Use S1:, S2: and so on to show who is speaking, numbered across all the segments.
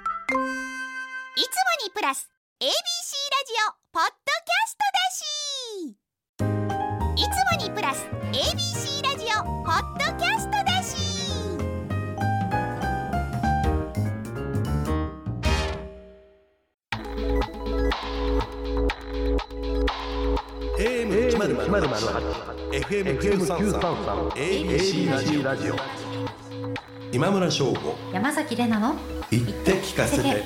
S1: いつもにプラス ABC ラジオポッドキャストだしいつもにプラス ABC ラジオポッドキャストだし
S2: AM1008 FM933 ABC ラジオラジオ今村翔吾
S3: 山崎れなの
S2: 言って聞かせて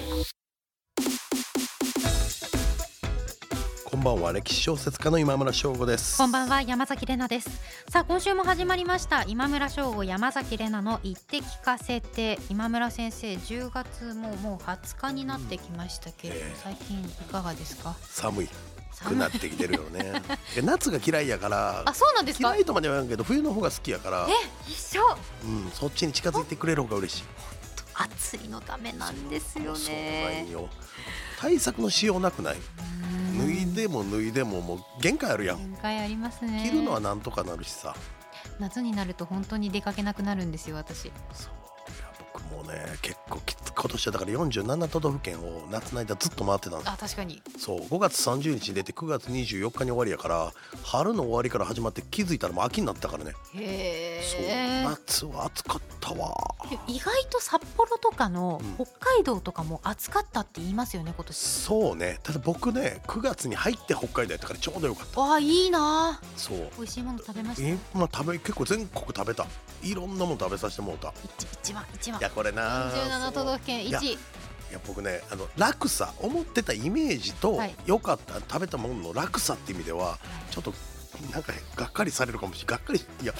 S2: こんばんは歴史小説家の今村翔吾です
S3: こんばんは山崎れなですさあ今週も始まりました今村翔吾山崎れなの言って聞かせて今村先生10月ももう20日になってきましたけれど、
S2: ええ
S3: 最近いかがですか
S2: 寒く
S3: 寒い
S2: なってきてるよねいや夏が嫌いやから
S3: あそうなんですか
S2: 嫌いとまでは言わんけど冬の方が好きやから
S3: え、一緒
S2: うん、そっちに近づいてくれる方が嬉しい
S3: 暑いのダメなんですよ
S2: そうなん
S3: ね
S2: よ対策のしようなくない脱いでも脱いでももう限界あるやん
S3: 限界ありますね
S2: 着るのはなんとかなるしさ、
S3: 夏になると本当に出かけなくなるんですよ私
S2: そういや僕もね結構きつ今年はだから47都道府県を夏の間ずっと回ってたんです
S3: あ確かに
S2: そう5月30日に出て9月24日に終わりやから春の終わりから始まって気づいたらもう秋になったからね、
S3: へ
S2: そ
S3: ー
S2: う夏は暑かったわ
S3: 意外と札幌とかの
S2: うん
S3: 北海道とかも暑かったって言いますよね今年
S2: そうねただ僕ね9月に入って北海道やったからちょうどよかっ
S3: わあいいな
S2: たそう
S3: 美味しいもの食べました
S2: え、まあ、食べ結構全国食べたいろんなもん食べさせてもうたい
S3: 一一番一番
S2: やこれな
S3: 47都道府県
S2: いや
S3: 1位
S2: いや僕ねあの楽さ思ってたイメージと
S3: はい
S2: 良かった、食べたものの楽さって意味ではちょっとなんかがっかりされるかもしれないがっかりいや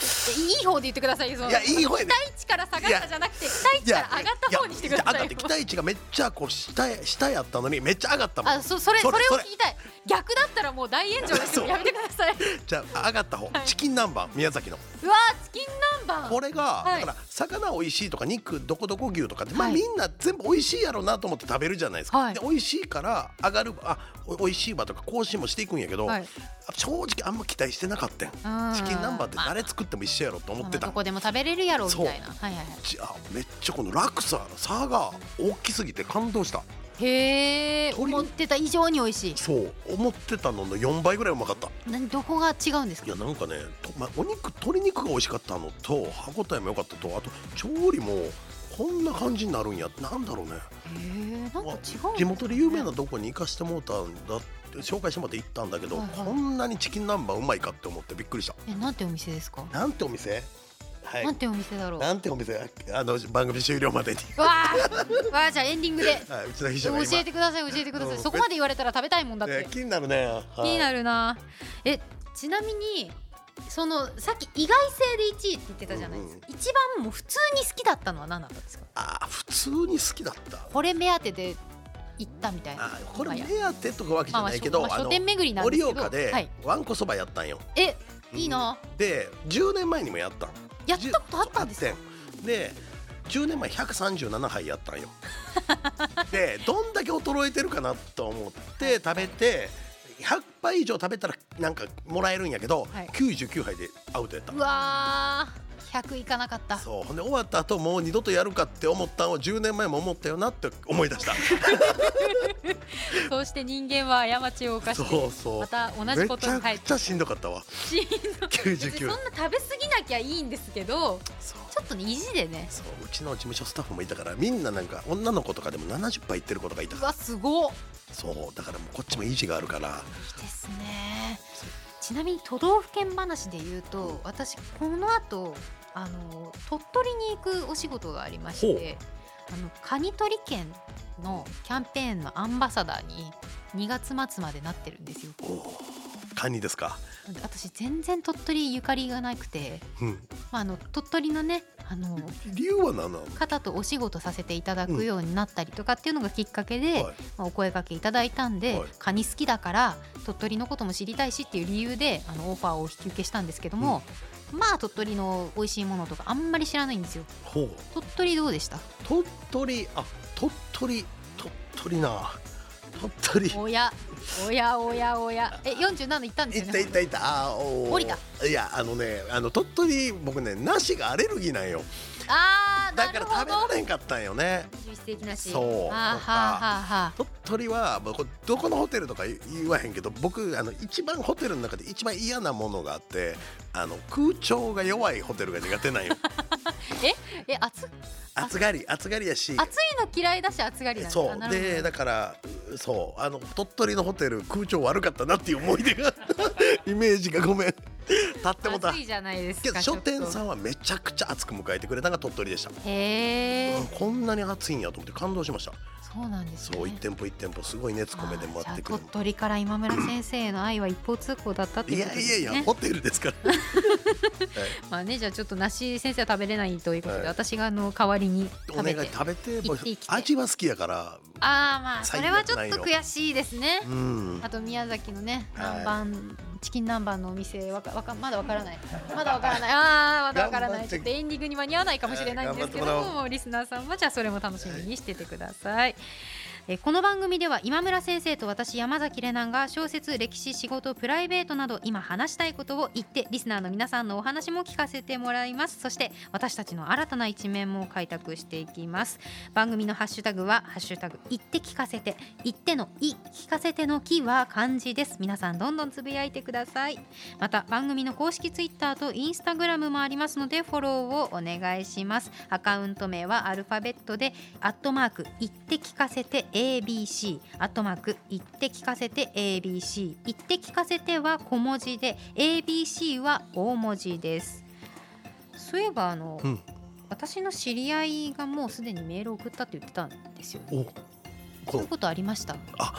S3: いいい方で言ってくださいその
S2: いやいい方やね
S3: 期待値から下がったじゃなくて期待
S2: い
S3: 値
S2: や
S3: から上がった方にしてくだ
S2: いや
S3: さ
S2: 上
S3: い
S2: が
S3: よ
S2: って期待値がめっちゃこう下へ下やったのにめっちゃ上がったもん
S3: あそそれ
S2: そ
S3: そ
S2: れ
S3: れを
S2: それ
S3: 聞きたい逆だったらもう大炎上ですけ
S2: そう
S3: どやめてくだ さい
S2: じゃあ上がった方、チキン南蛮宮崎の
S3: うわーチキン南
S2: こ
S3: 蛮
S2: れが、
S3: はい
S2: だから魚美味しいとか肉どこどこ牛とかって、まあ、
S3: はい
S2: みんな全部美味しいやろうなと思って食べるじゃないですか、
S3: はい
S2: で美味しいから上がるあお美味しいわとか更新もしていくんやけど、
S3: はい
S2: 正直あんま期待してなかったんチキン南蛮って誰作っても一緒やろと思ってた
S3: どこでも食べれるやろみたいなはいはいは
S2: じゃあめっちゃこの落差の差が大きすぎて感動した
S3: いへえ
S2: 鳥
S3: 思ってた以上に美味しい
S2: そう思ってたのの4倍ぐらいうまかった
S3: 何どこが違うんです
S2: い
S3: か
S2: やなんかねと、ま、お肉鶏肉が美味しかったのと歯ごたえも良かったとあと調理もこんな感じになるんやなんだろうね
S3: へえなんか違うんですね
S2: 地元で有名なとこに行かしてもうたんだって紹介してもらって行ったんだけど、
S3: はいはい
S2: こんなにチキン南蛮うまいかって思ってびっくりした
S3: えなんてお店ですか
S2: なんてお店は
S3: なんてお店だろう
S2: なんてお店あの番組終了までに、
S3: わあ わあじゃあエンディングで
S2: はい、うちの秘書
S3: 教
S2: が今
S3: えてください教えてくださ
S2: う
S3: い
S2: ん
S3: そこまで言われたら食べたいもんだっ
S2: ね
S3: て
S2: 気になるね、はい
S3: 気になるなえちなみにそのさっき意外性で1位って言ってたじゃないですか、一番もう普通に好きだったのは何だったんですか
S2: あー普通に好きだった
S3: これ目当てで行ったみたいな
S2: あーこれ
S3: まあ
S2: 目
S3: や
S2: 当てとかわけじ
S3: まあ
S2: ゃ
S3: まあ
S2: ないけど、
S3: まあ
S2: あ
S3: 書店巡り
S2: の
S3: なんです
S2: 盛
S3: けど
S2: 岡
S3: はい
S2: で、わんこそばやったんよ
S3: えいいな、
S2: で10年前にもやったん
S3: やったことあったんですか
S2: 10で10年前137杯や ったんよでどんだけ衰えてるかなと思って食べて100杯以上食べたらなんかもらえるんやけど、
S3: はい
S2: 99杯でアウトやった
S3: うわー100いかなかった
S2: そうほんで終わった後もう二度とやるかって思ったんを10年前も思ったよなって思い出した
S3: そうして人間は過ちを犯して
S2: そうそう
S3: また同
S2: め
S3: じ
S2: ちゃ
S3: ことに返っ
S2: く
S3: て
S2: ちゃしんどか ったわ
S3: しんどい別にそ
S2: 99
S3: んな食べ過ぎなきゃいいんですけど
S2: そう
S3: ちょっとね意地でね
S2: そううちの事務所スタッフもいたからみんななんか女の子とかでも70杯いってる子とかいた
S3: う
S2: から
S3: わすごい
S2: そうだからもうこっちも意地があるから
S3: ですねちなみに都道府県話で言うと私この後あの鳥取に行くお仕事がありましてあのカニ取り県のキャンペーンのアンバサダーに2月末までなってるんですよ
S2: おおカニですか
S3: 私全然鳥取ゆかりがなくて、
S2: うん
S3: まあ、あの鳥取のねあの
S2: 理由は何なの
S3: 方とお仕事させていただくようになったりとかっていうのがきっかけで、
S2: はい
S3: まあお声掛けいただいたんで、
S2: はい
S3: カニ好きだから鳥取のことも知りたいしっていう理由であのオファーをお引き受けしたんですけども、まあ鳥取の美味しいものとかあんまり知らないんですよ
S2: ほう
S3: 鳥取どうでした
S2: 鳥取あ鳥取鳥取な鳥取
S3: おやおやおやおやえ47行ったんで
S2: い
S3: すよ
S2: った
S3: ね
S2: いったいったあーおー
S3: 降りた
S2: いやあのねあの鳥取僕ね梨がアレルギーなんよ
S3: あー
S2: だから食べられんかったんよね
S3: 自主的なし
S2: そう
S3: あーは
S2: とか
S3: あはあはあ
S2: 鳥取はもうこれどこのホテルとか言言わへんけど僕あの一番ホテルの中で一番嫌なものがあってあの空調が弱いホテルが苦手なん よ
S3: え暑
S2: 暑がり暑がりやし
S3: 暑いの嫌いだし暑がりなんだ
S2: そ
S3: あ
S2: う
S3: なるほど
S2: でだからうそうあの鳥取のホテル空調悪かったなっていう思い出が イメージがごめん立ってもた
S3: 暑いじゃないです
S2: け
S3: か
S2: ど
S3: ちょ
S2: 書
S3: っと
S2: 店さんはめちゃくちゃ熱く迎えてくれたのが鳥取でした、
S3: へえ
S2: うんこんなに熱いんやと思って感動しました
S3: そうなんですね
S2: そう一店舗一店舗すごい熱込めでもらってく
S3: あーじゃあ
S2: る
S3: 鳥取から今村先生への愛は一方通行だったって
S2: い
S3: いうこと
S2: や
S3: で
S2: い
S3: すね
S2: やいやホテルですから
S3: まあねじゃあちょっと梨先生は食べれないということで、
S2: はい
S3: 私があの代わりに
S2: お
S3: 食
S2: 願
S3: べ
S2: い
S3: てあ
S2: 食べて
S3: 行って行きて
S2: 味は好きやから
S3: あーまあそ
S2: 最
S3: れ
S2: 悪
S3: はちょ
S2: な
S3: っ
S2: い
S3: と
S2: よ
S3: 悔しいですね
S2: うん
S3: あと宮崎のね
S2: はい
S3: 南蛮、チキン南蛮のお店わかわかまだわか らないまだわからないあーまだわからな
S2: 頑張
S3: い
S2: っ
S3: ち
S2: て
S3: ょっとエンディングに間に合わないかもしれないんですけ
S2: は
S3: ど
S2: い頑張ってもら
S3: もリスナーさんはじゃあそれも楽しみにしててください、えーこの番組では今村先生と私山崎怜奈が小説歴史仕事プライベートなど今話したいことを言ってリスナーの皆さんのお話も聞かせてもらいますそして私たちの新たな一面も開拓していきます番組のハッシュタグは「ハッシュタグ言って聞かせて」「言っての「い」「聞かせての「き」は漢字です皆さんどんどんつぶやいてくださいまた番組の公式ツイッターとインスタグラムもありますのでフォローをお願いしますアカウント名はアルファベットでアットマーク言って聞かせて ABC アットマーク言って聞かせて ABC 言って聞かせては小文字で ABC は大文字ですそういえばあの、
S2: うん
S3: 私の知り合いがもうすでにメールを送ったって言ってたんですよね
S2: おこ
S3: そういう
S2: の
S3: ことありました
S2: なんか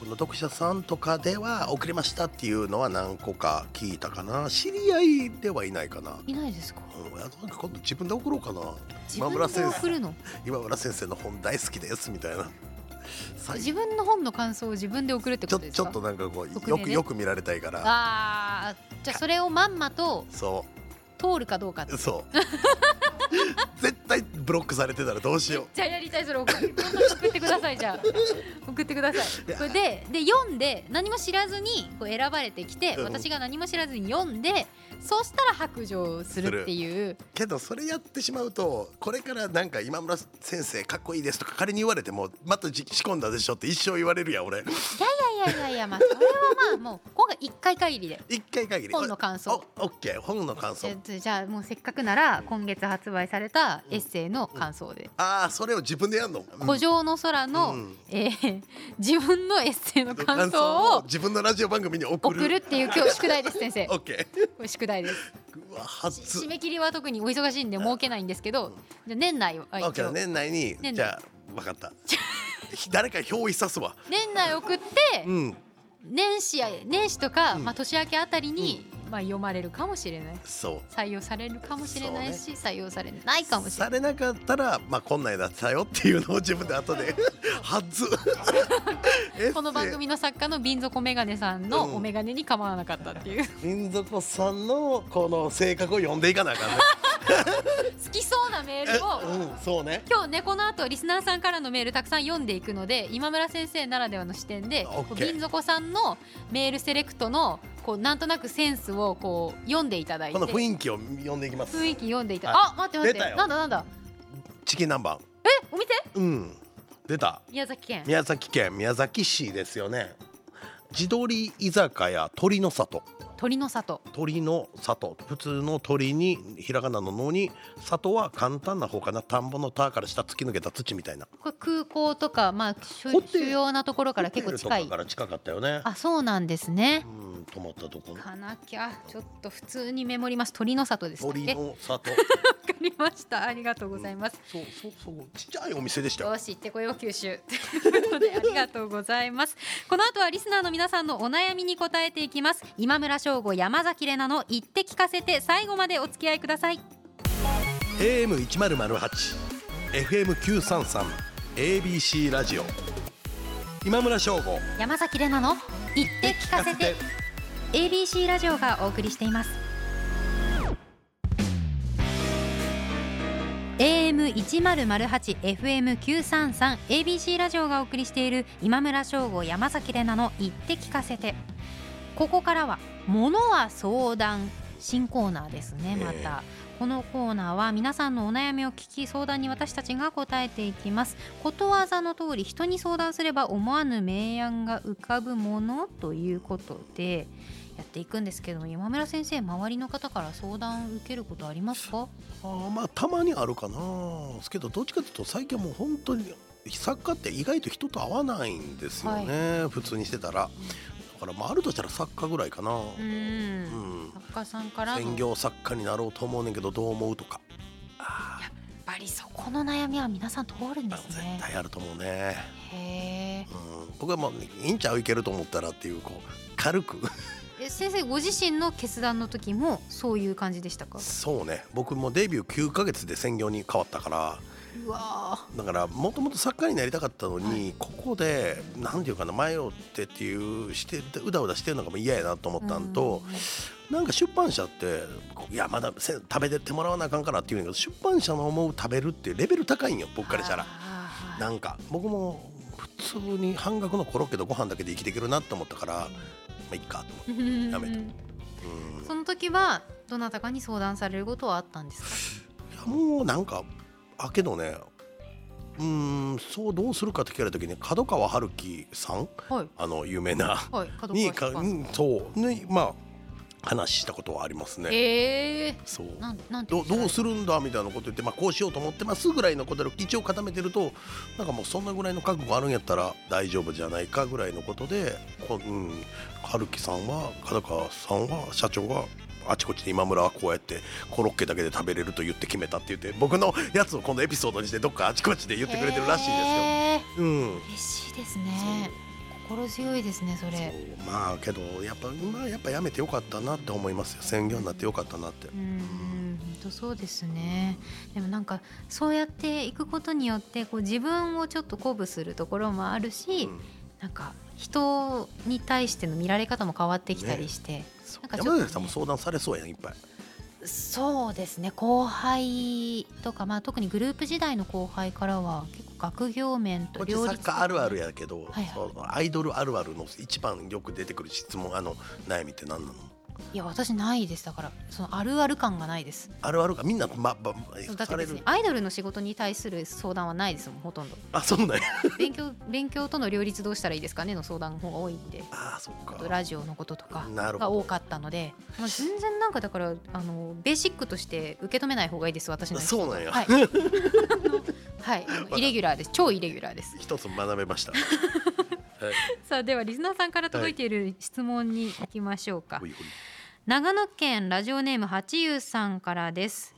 S2: 僕の読者さんとかでは遅れましたっていうのは何個か聞いたかな知り合いではいないかな、
S3: いないですか
S2: うん、あとなんか今度自分で送ろうかな
S3: 自
S2: 今
S3: 分
S2: 村先
S3: で
S2: 生
S3: 送るの
S2: 今村先生の本大好きですみたいな最
S3: 自分の本の感想を自分で送るって
S2: ち
S3: こ
S2: ょ
S3: とです
S2: ちょ
S3: か
S2: っとなんかこ
S3: 匿名
S2: う
S3: で
S2: よくよく見られたいから
S3: ああじゃあそれをまんまと
S2: そ
S3: 通るかどうかって
S2: うそう 絶対ブロックされてたらどうしよ
S3: じゃあやりたいそれ送って送ってください じゃあ送ってくださいこれでで読んで何も知らずにこう選ばれてきて
S2: うん
S3: 私が何も知らずに読んでそうしたら白状するっていう
S2: うけどそれやってしまうとこれからなんか今村先生かっこいいですとか仮に言われてもまたじ仕込んだでしょって一生言われるやん俺
S3: いやいやいやいやまあそれはまあも う今回一回限りで
S2: 一回限り
S3: 本の感想
S2: おオッケー本の感想
S3: じゃじゃあもうせっかくなら今月発売されたエッセイの感想で
S2: ああそれを自分でやんの
S3: 「古城の空の」
S2: うん
S3: えー自分のエッセイの
S2: うん
S3: 感想を
S2: 自分のラジオ番組に送る
S3: 送るっていう今日宿題です先生
S2: オッケー
S3: これ宿題です
S2: うわ初
S3: 締め切りは特にお忙しいんで儲けないんですけど、じゃあ年内は一
S2: オッケ
S3: 応
S2: ー年内に
S3: 内
S2: じゃあ分かった誰か表一さすわ
S3: 年内送って、
S2: うん
S3: 年始や年始とか、
S2: うん
S3: まあ年明けあたりに、まあ読まれるかもしれない
S2: そう
S3: 採用されるかもしれないし、採用されないかもしれな
S2: されなかったらまあこんなんだったよっていうのを自分で後 ではず
S3: いこの番組の作家の瓶底メガネさん
S2: う
S3: の
S2: ん
S3: おメガネに構わなかった っていう、
S2: 民族さんのこの性格を読んでいかなあ かんね
S3: 好きそうなメールを、
S2: えうんそうね
S3: 今日ねこの後リスナーさんからのメールたくさん読んでいくので今村先生ならではの視点で
S2: オッケー
S3: こう瓶底さんのメールセレクトのこうなんとなくセンスをこう読んでいただいて
S2: この
S3: 雰
S2: 雰
S3: 囲
S2: 囲気を読んでいきます
S3: 気読んでいた、
S2: はい
S3: あ待って待っ
S2: 出た
S3: て
S2: よ
S3: なんだなんだ
S2: チキン南蛮
S3: えお店
S2: うん出た
S3: 宮崎県
S2: 宮崎県宮崎市ですよね地鶏居酒屋鳥の里
S3: 鳥の里
S2: 鳥の里普通の鳥にひらがなの「の」に里は簡単な方かな田んぼの「田」から下突き抜けた土みたいな
S3: これ空港とかまあ主
S2: ホテル
S3: 主要なところから結構近
S2: ホテルと
S3: い
S2: かから近かったよね
S3: あそうなんですね
S2: うん泊まったとこ
S3: かなきゃちょっと普通にメモります鳥の里でしたっ
S2: 鳥
S3: けわか
S2: の里
S3: りましたありがと うございます、
S2: そうそうそうちっちゃいお店でしたよ
S3: よし行ってこよう九州ということでありがとうございますこの後はリスナーの皆さんのお悩みに答えていきます今村翔吾山崎怜奈の言って聞かせて最後までお付き合いください
S2: AM 一ゼロゼロ八、FM 九三三、ABC ラジオ。今村翔吾。
S3: 山崎怜奈の言って聞かせて ABC ラジオがお送りしています AM 一ゼロゼロ八 FM 九三三 ABC ラジオがお送りしている今村翔吾山崎怜奈の言って聞かせてここからは物は相談新コーナーですねまた、このコーナーは皆さんのお悩みを聞き相談に私たちが答えていきますことわざの通り人に相談すれば思わぬ名案が浮かぶものということでやっていくんですけども山村先生周りの方から相談受けることありますか
S2: あーまあたまにあるかなですけどどっちかというと最近はもう本当に作家って意外と人と会わないんですよね、普通にしてたらだからまああるとしたら作家ぐらいかな
S3: う
S2: うんん
S3: 作家さんからの
S2: 専
S3: やっ
S2: 業作家になろうと思うねんけどどう思うとかあ
S3: ぱりそこの悩みは皆さん通るん
S2: ー
S3: で
S2: あ
S3: す
S2: 絶
S3: ね
S2: 対あると思うね、
S3: へ
S2: うん、僕はもういいんちゃういけると思ったらっていうこう軽く
S3: ーえ先生ご自身の決断の時もそういう感じでしたか
S2: そうね僕もデビュー9ヶ月で専業に変わったから
S3: うわ
S2: だからもともと作家になりたかったのに、ここで何ていうかな迷ってっていうしてうだうだしてるのがもう嫌やなと思ったんと、なんか出版社っていやまだせ食べてってもらわなあかんからっていうんだけど出版社の思う食べるってレベル高いんよ僕からしたら。
S3: ら
S2: なんか僕も普通に半額のコロッケとご飯だけで生きていけるなと思ったからまあいっかと思って。やめたうん
S3: その時はどなたかに相談されることはあったんです
S2: いやもうなんかあけどねうーんそうどうするかって聞かれた時に角川春樹さん
S3: か。はい
S2: あの有名な
S3: はい角
S2: に
S3: 川
S2: か
S3: 出
S2: う
S3: 版。
S2: んそうねまあ話したことはありますね。
S3: ええ
S2: そう
S3: ー、なんなんて
S2: どどう
S3: る
S2: するんだみたいなこと言って、まあ、こうしようと思ってますぐらいのことで一応固めてるとなんかもうそんなぐらいの覚悟あるんやったら大丈夫じゃないかぐらいのことでこう、うん、春樹さんは片川さんは社長があちこちで今村はこうやってコロッケだけで食べれると言って決めたって言って僕のやつを今度エピソードにしてどっかあちこちで言ってくれてるらしいですよ。うん
S3: 嬉しいですね。心強いですねそ
S2: そう
S3: れ。
S2: まあけどやっぱ、まあ、やっぱやめてよかったなって思いますよ専業になってよかったなって
S3: う。ん本当そうですねでもなんかそうやっていくことによってこう自分をちょっと鼓舞するところもあるし、
S2: うん
S3: なんか人に対しての見られ方も変わってきたりして、
S2: そう
S3: なんかちょっとね
S2: 山崎さんも相談されそうやんいっぱい。
S3: そうですね後輩とか、まあ、特にグループ時代の後輩からは結構学業面
S2: ことっち
S3: 両
S2: サ
S3: 立
S2: ッカーあるあるやけど、
S3: はいはい
S2: そうアイドルあるあるの一番よく出てくる質問あの悩みって何なの
S3: いや私ないですだからそのあるある感がないです
S2: あるあるかみんな、まま、
S3: だって
S2: され
S3: 別
S2: る
S3: にアイドルの仕事に対する相談はないですもんほとんど
S2: あそんなんや
S3: 勉強勉強との両立どうしたらいいですかねの相談の方が多いんで
S2: あーそっか
S3: ラジオのこととか
S2: なる
S3: が
S2: ほ
S3: 多かったので、まあ、全然なんかだからあのベーシックとして受け止めない方がいいです私
S2: ど
S3: の
S2: そうなんや、
S3: はいはいあのイレギュラーです超イレギュラーです
S2: 一つ学べま した
S3: さあではリスナーさんから届いている質問に行きましょうか、
S2: ほいほい
S3: 長野県ラジオネーム八優さんからです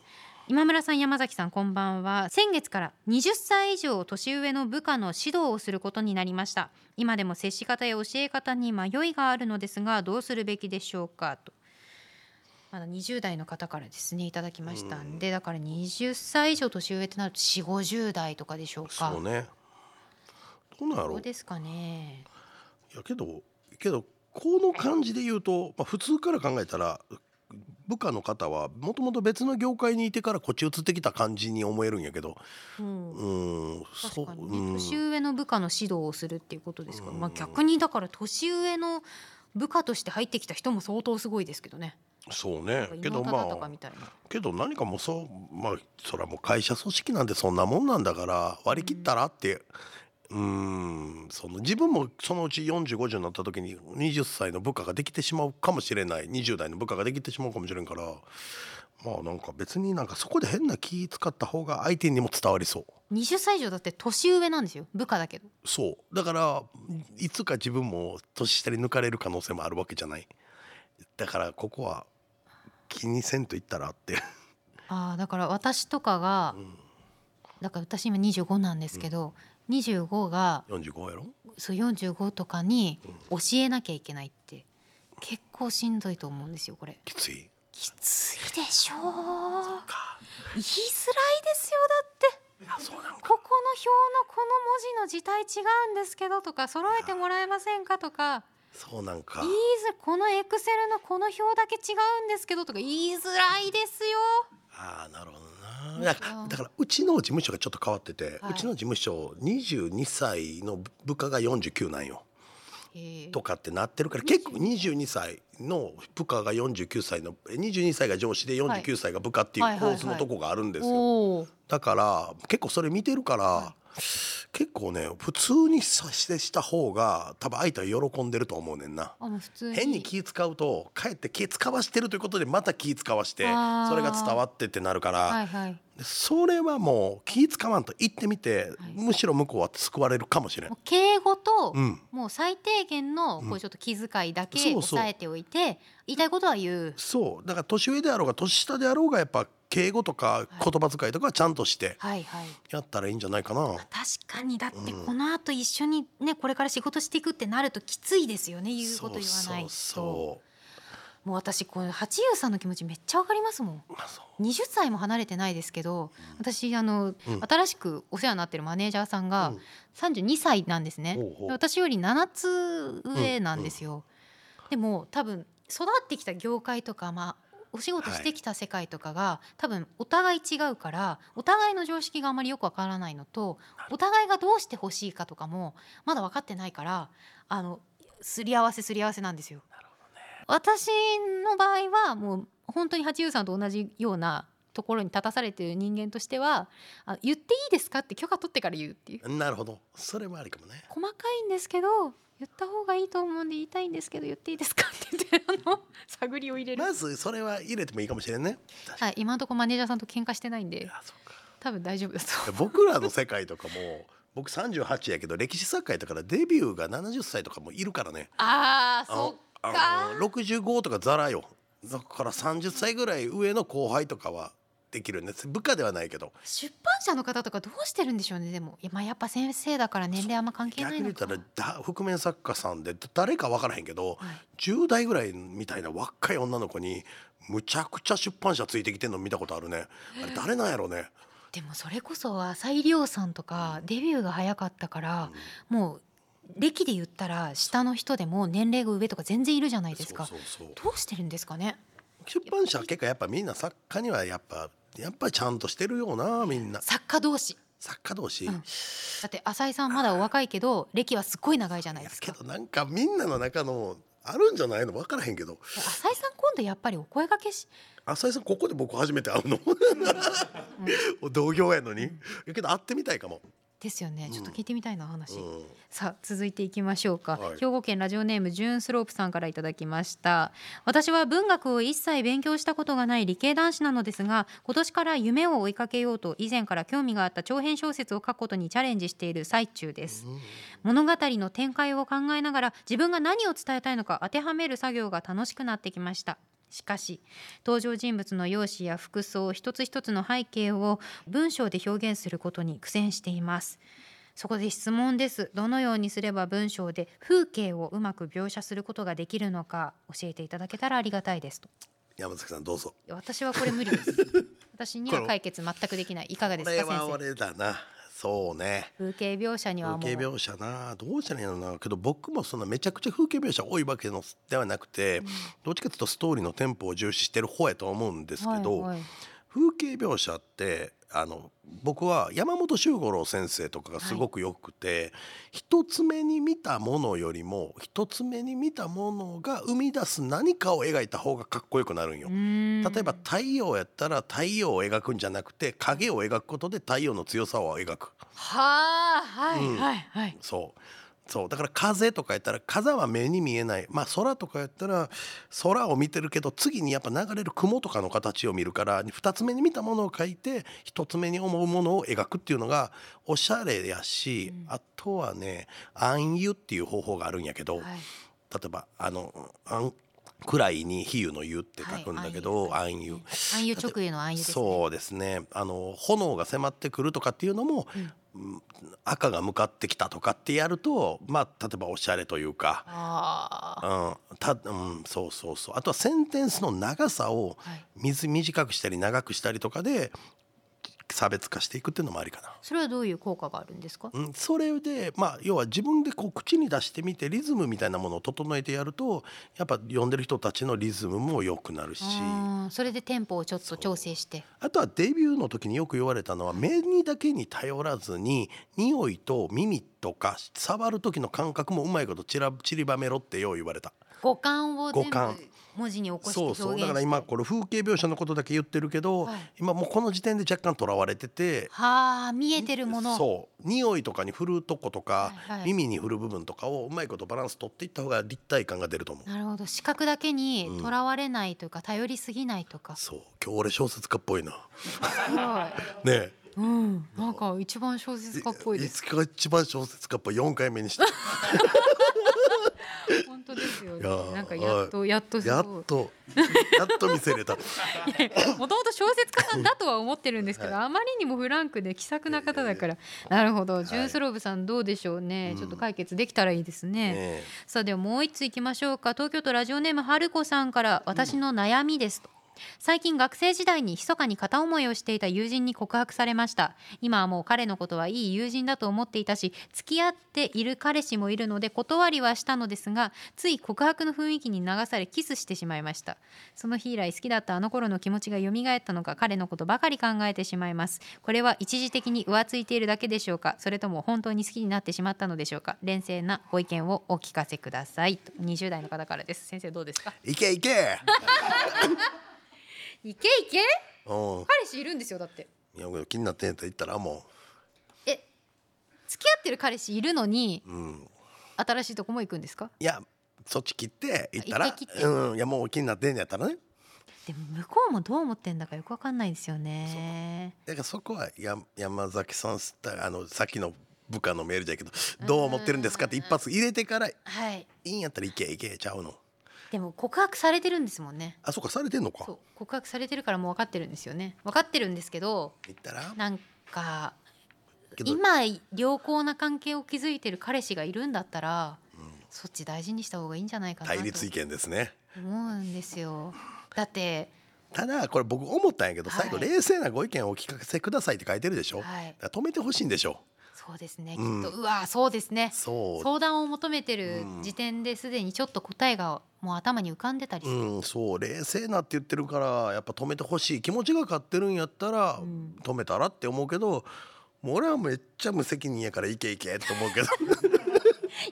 S3: 今村さん山崎さんこんばんは先月から20歳以上年上の部下の指導をすることになりました今でも接し方や教え方に迷いがあるのですがどうするべきでしょうかとまだ20代の方からですねいただきましたんで、だから20歳以上年上ってなると4 5 0代とかでしょうか
S2: そうねどうなんや
S3: ど
S2: ろ
S3: う
S2: う
S3: ですかね
S2: いやけどけどこの感じで言うと、まあ、普通から考えたら部下の方はもともと別の業界にいてからこっち移ってきた感じに思えるんやけど
S3: うん
S2: うーん
S3: 確かにね、
S2: うん
S3: 年上の部下の指導をするっていうことですから、まあ
S2: うん
S3: 逆にだから年上の部下として入ってきた人も相当すごいですけどね。
S2: そうねけ
S3: 今
S2: ど
S3: 方
S2: ま
S3: とか
S2: あ
S3: みたいな。
S2: けど何かもうそうまあそれはもう会社組織なんてそんなもんなんだから割り切ったらってうーんその自分もそのうち4050になった時に20歳の部下ができてしまうかもしれない20代の部下ができてしまうかもしれんからまあなんか別になんかそこで変な気使った方が相手にも伝わりそう。
S3: 20歳以上だって年上なんですよ。部下だけど。
S2: そうだからいつか自分も年下に抜かれる可能性もあるわけじゃないだからここは気にせんと言ったらって、
S3: ああだから私とかが
S2: うん、
S3: だから私今25なんですけど、25が
S2: 45やろ
S3: そう45とかに
S2: う
S3: 教えなきゃいけないって結構しんどいと思うんですよこれ。
S2: きつい
S3: きついでしょう。
S2: か
S3: 言いづらいですよだって。
S2: いやそうなんか
S3: ここの表のこの文字の字体違うんですけどとか揃えてもらえませんかとか
S2: そうなんか
S3: 言いづらこのエクセルのこの表だけ違うんですけどとか言いづらいですよ。
S2: ああなるほど
S3: うん
S2: なだからだからうちの事務所がちょっと変わってて、
S3: はいう
S2: ちの事務所22歳の部下が49なんよ
S3: へえ
S2: とかってなってるから結構22歳の部下が49歳のえ22歳が上司で
S3: はい
S2: 49歳が部下ってい
S3: はいうはいはい
S2: 構図のとこがあるんですよ。
S3: おお
S2: だから結構それ見てるから、
S3: は
S2: 結構ね普通にさしてした方が多分相手は喜んでると思うねんな。
S3: あもう普通に
S2: 変に気使うとかえって気使わしてるということでまた気使わして
S3: あー
S2: それが伝わってってなるから、
S3: はいはい
S2: でそれはもう気使わんと言ってみて、
S3: はい
S2: むしろ向こうは救われるかもしれん
S3: もう。敬語と、
S2: うん
S3: もう最低限の
S2: うん
S3: こうちょっと気遣いだけ
S2: そうそう
S3: 抑えておいて、言いたいことは言う
S2: そうだから年上であろうが年下であろうがやっぱ敬語とか言葉遣いとかはちゃんとして
S3: はいはい
S2: やったらいいんじゃないかな、
S3: 確かにだって
S2: うん
S3: この後一緒にねこれから仕事していくってなるときついですよね言うこと言わない
S2: そ
S3: と
S2: うそう
S3: もう私この八優さんの気持ちめっちゃわかりますもん
S2: そうまあそう
S3: 20歳も離れてないですけど私あの、
S2: うん
S3: 新しくお世話になってるマネージャーさん
S2: う
S3: が
S2: ん
S3: 32歳なんですね、
S2: ほうほう
S3: で私より7つ上なんですよ、でも多分育ってきた業界とかまあお仕事してきた世界とかが、多分お互い違うからお互いの常識があまりよくわからないのとお互いがどうしてほしいかとかもまだ分かってないからあのすり合わせすり合わせなんですよ。私の場合はもう本当に八優さんと同じようなところに立たされてる人間としてはあ言っていいですかって許可取ってから言うっていう
S2: なるほどそれもありかもね
S3: 細かいんですけど言った方がいいと思うんで言いたいんですけど言っていいですかって言って あの探りを入れる、
S2: まずそれは入れてもいいかもしれんね確か
S3: はい、今のところマネージャーさんと喧嘩してないん
S2: に
S3: で
S2: あそうか
S3: 多分大丈夫だと思う
S2: 僕らの世界とかも僕38やけど歴史作家やったからデビューが70歳とかもいるからね
S3: あー
S2: あの
S3: そっ
S2: あ
S3: か
S2: の65とかザラよだから30歳ぐらい上の後輩とかはできるんです部下ではないけど
S3: 出版社の方とかどうしてるんでしょうねでもいや,、まあ、やっぱ先生だから年齢あんま関係な
S2: 逆
S3: い
S2: に言
S3: の
S2: っ
S3: か
S2: たらだ覆面作家さんで誰か分からへんけど
S3: はい
S2: 10代ぐらいみたいな若い女の子にむちゃくちゃ出版社ついてきてんの見たことあるねあれ誰なんやろうね、
S3: でもそれこそ浅井亮さんとかデビューが早かったから、もう歴で言ったら下の人でも年齢が上とか全然いるじゃないですか
S2: そうそうそう
S3: どうしてるんですかね
S2: 出版社は結構やっぱみんな作家にはやっぱやっぱりちゃんとしてるよなみんな
S3: 作家同士
S2: 作家同士、
S3: うんだって浅井さんまだお若いけど歴はすっごい長いじゃない
S2: や
S3: です
S2: け
S3: か
S2: どなんかみんなの中のあるんじゃないの分からへんけど
S3: 浅井さん今度やっぱりお声掛けし
S2: 浅井さんここで僕初めて会うの、 同業やのに、やけど会ってみたいかも、
S3: ですよね
S2: うん
S3: ちょっと聞いてみたいな話、
S2: うん
S3: さあ続いていきましょうか、
S2: はい
S3: 兵庫県ラジオネームジューンスロープさんからいただきました私は文学を一切勉強したことがない理系男子なのですが今年から夢を追いかけようと以前から興味があった長編小説を書くことにチャレンジしている最中です、物語の展開を考えながら自分が何を伝えたいのか当てはめる作業が楽しくなってきましたしかし登場人物の容姿や服装一つ一つの背景を文章で表現することに苦戦していますそこで質問ですどのようにすれば文章で風景をうまく描写することができるのか教えていただけたらありがたいですと
S2: 山崎さんどうぞ
S3: いや私はこれ無理です 私には解決全くできないいかがで
S2: こ
S3: す
S2: れ
S3: か先
S2: は
S3: 生
S2: 俺だなそうね
S3: 風景描写には
S2: 風
S3: も
S2: 景
S3: う
S2: 描写などうしたらいいのかなけど僕もそんなめちゃくちゃ風景描写多いわけのではなくて、どっちかというとストーリーのテンポを重視してる方やと思うんですけど、
S3: はいはい
S2: 風景描写ってあの僕は山本周五郎先生とかがすごくよくて、一つ目に見たものよりも一つ目に見たものが生み出す何かを描いた方がかっこよくなるんよ
S3: う。ーん
S2: 例えば太陽やったら太陽を描くんじゃなくて影を描くことで太陽の強さを描く
S3: はあはい
S2: うん
S3: はいはい、
S2: そうそうだから風とかやったら風は目に見えない、まあ、空とかやったら空を見てるけど次にやっぱ流れる雲とかの形を見るから2つ目に見たものを描いて1つ目に思うものを描くっていうのがおしゃれやし、
S3: うん
S2: あとはね暗喩っていう方法があるんやけど、
S3: はい
S2: 例えばあの暗暗いに比喩の喩って書くんだけど、
S3: はい
S2: 暗喩。
S3: 暗喩直喩の暗喩ですね
S2: そうですねあの炎が迫ってくるとかっていうのも、うん赤が向かってきたとかってやるとまあ例えばおしゃれというか、
S3: あ
S2: うんたうん、そうそうそうあとはセンテンスの長さを
S3: あはい
S2: 水短くしたり長くしたりとかで差別化していくっていうのもありかな。
S3: それはどういう効果があるんですか
S2: うん、それで、まあ、要は自分でこう口に出してみてリズムみたいなものを整えてやるとやっぱ読んでる人たちのリズムも良くなるし
S3: あーそれでテンポをちょっと調整して
S2: あとはデビューの時によく言われたのは目にだけに頼らずに匂いと耳とか触る時の感覚もうまいこと散ら散りばめろってよう言われた。
S3: 五感を全
S2: 五
S3: 部
S2: 感
S3: 文字に起こして
S2: そ
S3: 表
S2: う
S3: 現して
S2: そうだから今これ風景描写のことだけ言ってるけど、
S3: はい
S2: 今もうこの時点で若干とらわれてて
S3: はあ見えてるもの
S2: そう匂いとかに振るとことか、
S3: はいはい
S2: 耳に振る部分とかをうまいことバランス取っていった方が立体感が出ると思う。
S3: なるほど視覚だけに
S2: うん
S3: とらわれないというか、頼りすぎないとかす
S2: そう今日俺小説家っぽいな。
S3: ごい、
S2: ね
S3: うん、なんか一番小説家っぽい
S2: え。
S3: で
S2: い
S3: す
S2: つか一番小説家っぽい四回目にして
S3: 本当ですよ
S2: いやー
S3: ねなんかやっとやっとす
S2: や
S3: ご
S2: っ
S3: い
S2: とやっと見せれた。
S3: もともと小説家さんだとは思ってるんで すけど、あまりにもフランクで気さくな方だから、なるほどジュースローブさんどうでしょうね、
S2: うん
S3: ちょっと解決できたらいいですね
S2: ね
S3: さあではもう一ついきましょうか東京都ラジオネームはるこさんから私の悩みですと、最近学生時代に密かに片思いをしていた友人に告白されました今はもう彼のことはいい友人だと思っていたし付き合っている彼氏もいるので断りはしたのですがつい告白の雰囲気に流されキスしてしまいましたその日以来好きだったあの頃の気持ちが蘇ったのか彼のことばかり考えてしまいますこれは一時的に浮ついているだけでしょうかそれとも本当に好きになってしまったのでしょうか冷静なご意見をお聞かせくださいと20代の方からです先生どうですか
S2: いけいけ。
S3: いけいけ
S2: うん。
S3: 彼氏いるんですよだって
S2: いや俺気になってんやったら言ったらも
S3: え付き合ってる彼氏いるのに
S2: う。うん。
S3: 新しいとこも行くんですか
S2: いやそっち切って行ったら
S3: 一回切って
S2: うんいやもう気になってんやったらね。
S3: でも向こうもどう思ってんだかよくわかんないですよね
S2: だからそこはや山崎さんすったあのさっきの部下のメールじゃけどどう思ってるんですかって一発入れてからい
S3: はい
S2: いんやったらいけいけちゃうの。
S3: でも告白されてるんですもんね
S2: あそうかされてんのか
S3: そう。告白されてるからもう分かってるんですよね分かってるんですけど
S2: 言ったら
S3: なんか
S2: けど
S3: 今良好な関係を築いてる彼氏がいるんだったら
S2: うん
S3: そっち大事にした方がいいんじゃないかなと
S2: 対立意見ですね。
S3: 思うんですよだって
S2: ただこれ僕思ったんやけど最後
S3: はい
S2: 冷静なご意見をお聞かせくださいって書いてるでしょ。
S3: はい
S2: だから止めてほしいんでしょ。
S3: そうですねきっと、
S2: う
S3: うんわそうですね
S2: そう。
S3: 相談を求めてる
S2: うん
S3: 時点ですでにちょっと答えがもう頭に浮かんでたりする、
S2: うん、そう冷静なって言ってるからやっぱ止めてほしい気持ちが勝ってるんやったら
S3: うん
S2: 止めたらって思うけどもう俺はめっちゃ無責任やからいけいけって思う けど
S3: い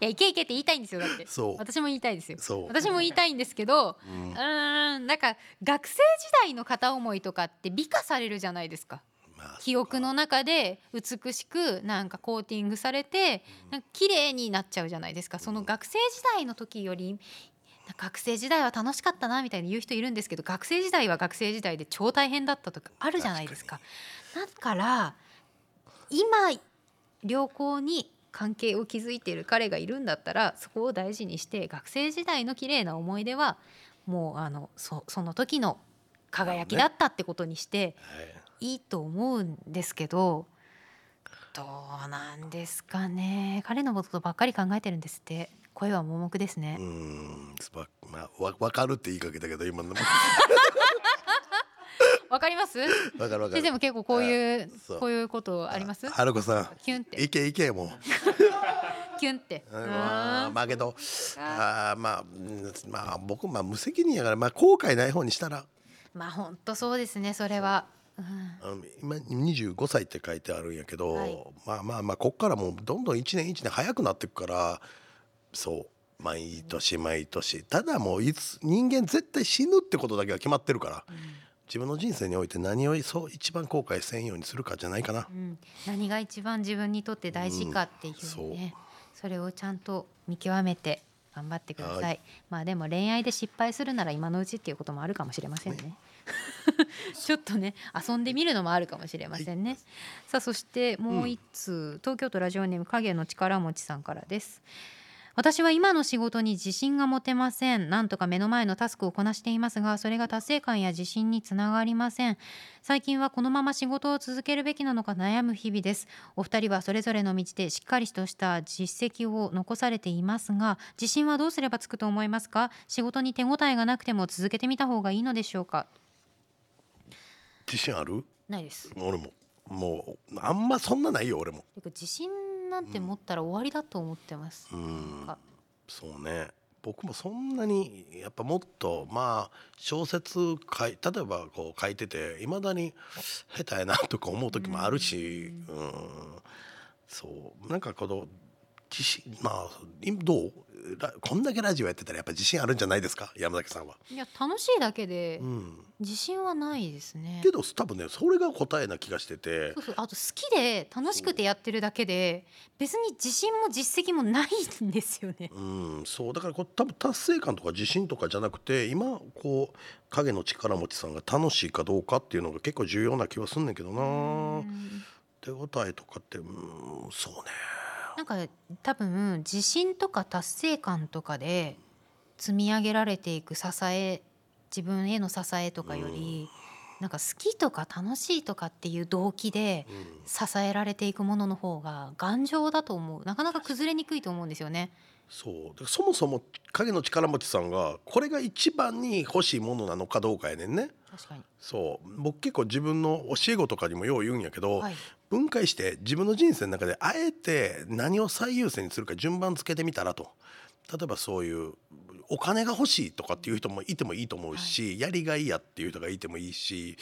S3: やいけいけって言いたいんですよだって
S2: そう
S3: 私も言いたいですよ
S2: そう、
S3: 私も言いたいんですけど
S2: うん
S3: うーんなんか学生時代の片思いとかって美化されるじゃないですか
S2: まあ
S3: 記憶の中で美しくなんかコーティングされてなんか綺麗になっちゃうじゃないですかその学生時代の時よりなんか学生時代は楽しかったなみたいに言う人いるんですけど学生時代は学生時代で超大変だったとかあるじゃないですか。だから今良好に関係を築いている彼がいるんだったらそこを大事にして学生時代の綺麗な思い出はもうあのそその時の輝きだったってことにして
S2: はい
S3: いいと思うんですけどどうなんですかね彼のことばっかり考えてるんですって声は盲目ですね
S2: う、んすばまあわ分かるって言いかけたけど 今の
S3: わかります
S2: わかるわか
S3: 先生
S2: る
S3: も結構こういう
S2: そう
S3: こういうことあります
S2: はるこさ
S3: キュンっ
S2: ん い
S3: て
S2: けいけもう
S3: キュンって
S2: うんまあ
S3: うーん
S2: まあけどあーまあうんまあ僕まあ無責任やからまあ後悔ない方にしたら、
S3: まあ本当そうですねそれは、うん
S2: うん、今25歳って書いてあるんやけど、
S3: はい
S2: まあまあまあこっからもうどんどん1年1年早くなっていくからそう毎年毎年ただもういつ人間絶対死ぬってことだけは決まってるから自分の人生において何をそう一番後悔せんようにするかじゃないかな
S3: う。ん、何が一番自分にとって大事かっていう
S2: そう
S3: ね、それをちゃんと見極めて頑張ってください、まあでも恋愛で失敗するなら今のうちっていうこともあるかもしれませんねちょっとね遊んでみるのもあるかもしれませんね、さあそしてもう一通、東京都ラジオネーム影の力持ちさんからです私は今の仕事に自信が持てませんなんとか目の前のタスクをこなしていますがそれが達成感や自信につながりません最近はこのまま仕事を続けるべきなのか悩む日々ですお二人はそれぞれの道でしっかりとした実績を残されていますが自信はどうすればつくと思いますか仕事に手応えがなくても続けてみた方がいいのでしょうか
S2: 自信ある
S3: ないです
S2: 俺ももうあんまそんなないよ俺も
S3: てか地震なんて持ったら終わりだと思ってます、
S2: うん
S3: あ
S2: そうね僕もそんなにやっぱもっとまあ小説書い例えばこう書いてていまだに下手やなとか思う時もあるし
S3: う
S2: うんそうなんかこの自信まあいどうラこんだけラジオやってたらやっぱ自信あるんじゃないですか山崎さんは。
S3: いや楽しいだけで
S2: うん、
S3: 自信はないですね
S2: けど多分ねそれが答えな気がしてて
S3: そうそうあと好きで楽しくてやってるだけで別に自信も実績もないんですよね
S2: うん、そうだからこれ多分達成感とか自信とかじゃなくて今こう影の力持ちさんが楽しいかどうかっていうのが結構重要な気はすんねんけどな
S3: うん
S2: 手応えとかってうんそうね
S3: なんか多分自信とか達成感とかで積み上げられていく支え自分への支えとかより、なんか好きとか楽しいとかっていう動機で
S2: うん
S3: 支えられていくものの方が頑丈だと思うなかなか崩れにくいと思うんですよね。
S2: そうだからそもそも影の力持ちさんがこれが一番に欲しいものなのかどうかやねんね
S3: 確かに、
S2: そう僕結構自分の教え子とかにもよう言うんやけど、
S3: はい、
S2: 分解して自分の人生の中であえて何を最優先にするか順番つけてみたらと例えばそういうお金が欲しいとかっていう人もいてもいいと思うし、やりがいやっていう人がいてもいいし、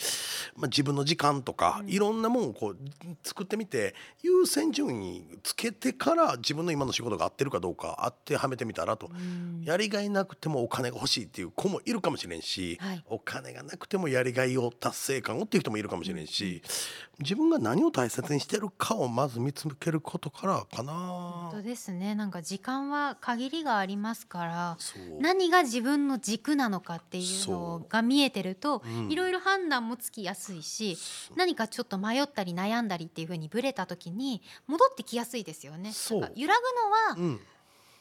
S2: まあ、自分の時間とか、
S3: うん
S2: いろんなもんをこう作ってみて優先順位つけてから自分の今の仕事が合ってるかどうか当てはめてみたらと。
S3: うん
S2: やりがいなくてもお金が欲しいっていう子もいるかもしれんし、
S3: はい
S2: お金がなくてもやりがいを達成感をっていう人もいるかもしれんし、自分が何を大切にしてるかをまず見つけることからかな
S3: 本当。ですねなんか時間は限りがありますから
S2: そう
S3: 何が自分の軸なのかっていう
S2: そ
S3: のが見えてると
S2: うん
S3: いろいろ判断もつきやすいし何かちょっと迷ったり悩んだりっていう風にブレた時に戻ってきやすいですよね。
S2: そう
S3: なんか揺らぐのは
S2: うん、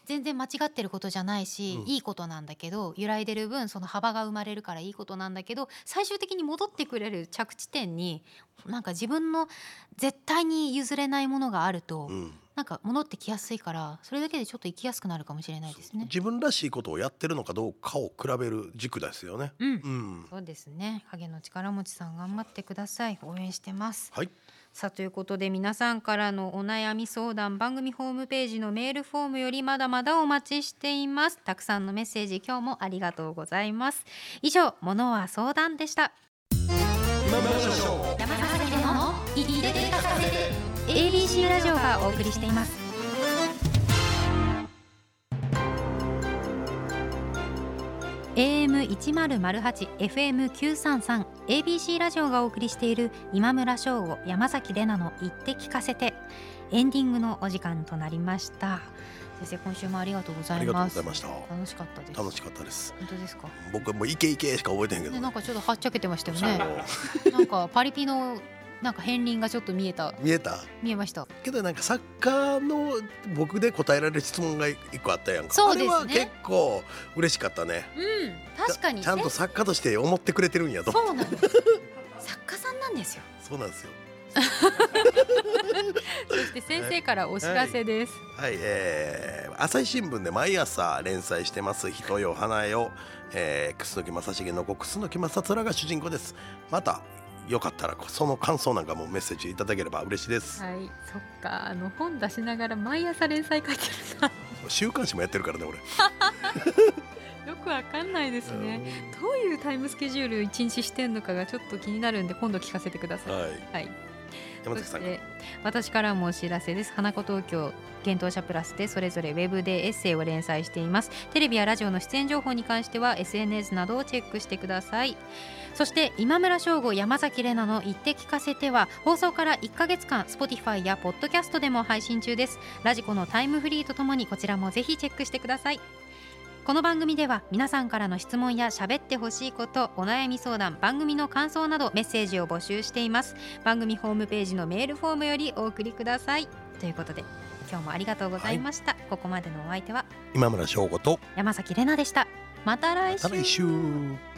S3: 全然間違ってることじゃないし、
S2: うん
S3: いいことなんだけど揺らいでる分その幅が生まれるからいいことなんだけど最終的に戻ってくれる着地点になんか自分の絶対に譲れないものがあると、
S2: うん
S3: なんか戻ってきやすいからそれだけでちょっと生きやすくなるかもしれないですね。
S2: 自分らしいことをやってるのかどうかを比べる軸ですよね。
S3: うん
S2: うん、
S3: そうですね影の力持ちさん頑張ってください応援してます
S2: はい、
S3: さあということで皆さんからのお悩み相談番組ホームページのメールフォームよりまだまだお待ちしていますたくさんのメッセージ今日もありがとうございます以上ものは相談でした山崎でのいでで ABC ラジオがお送りしています「AM1008」「FM933」ABC ラジオがお送りしている今村翔吾山崎怜奈の「言って聞かせて」エンディングのお時間となりました先生今週もありがとうござ
S2: あ
S3: い
S2: りがとう
S3: ま
S2: ご
S3: す
S2: ざいました。
S3: 楽しかったです
S2: 楽しかったです。
S3: 本当ですか
S2: 僕もうイケイケしか覚えてへんけど
S3: ね、なんかちょっとはっちゃけてましたよね
S2: ね。
S3: なんかパリピのなんか片鱗がちょっと見えた
S2: 見えた。
S3: 見えました。
S2: けどなんかサッカーの僕で答えられる質問が一個あったやんか
S3: そうですね
S2: あれは結構嬉しかったね
S3: うん、確かに
S2: ちゃんと
S3: せ
S2: 作家として思ってくれてるんやと
S3: そう なんです。作家さんなんですよ。
S2: そうなんですよ
S3: そして先生からお知らせです。
S2: はいえー、朝日新聞で毎朝連載してます「人よ花よ」えー、楠木正成の子楠木正面が主人公ですまたよかったらその感想なんかもメッセージいただければ嬉しいです、
S3: はい、そっか、あの本出しながら毎朝連載書いてるな。
S2: 週刊誌もやってるからね俺
S3: よくわかんないですね。どういうタイムスケジュール一日してんのかがちょっと気になるんで、今度聞かせてください。
S2: はい
S3: はい。
S2: 山
S3: そ
S2: 崎さ
S3: し
S2: んが
S3: て私からもお知らせです花子東京幻冬舎プラスでそれぞれウェブでエッセイを連載していますテレビやラジオの出演情報に関しては SNS などをチェックしてくださいそして今村翔吾山崎怜奈の「言って聞かせては」放送から1ヶ月間 Spotify や Podcast でも配信中ですラジコのタイムフリーとともにこちらもぜひチェックしてくださいこの番組では皆さんからの質問や喋ってほしいことお悩み相談番組の感想などメッセージを募集しています番組ホームページのメールフォームよりお送りくださいということで今日もありがとうございました、ここまでのお相手は
S2: 今村翔吾と
S3: 山崎れなでしたまた来週
S2: また来週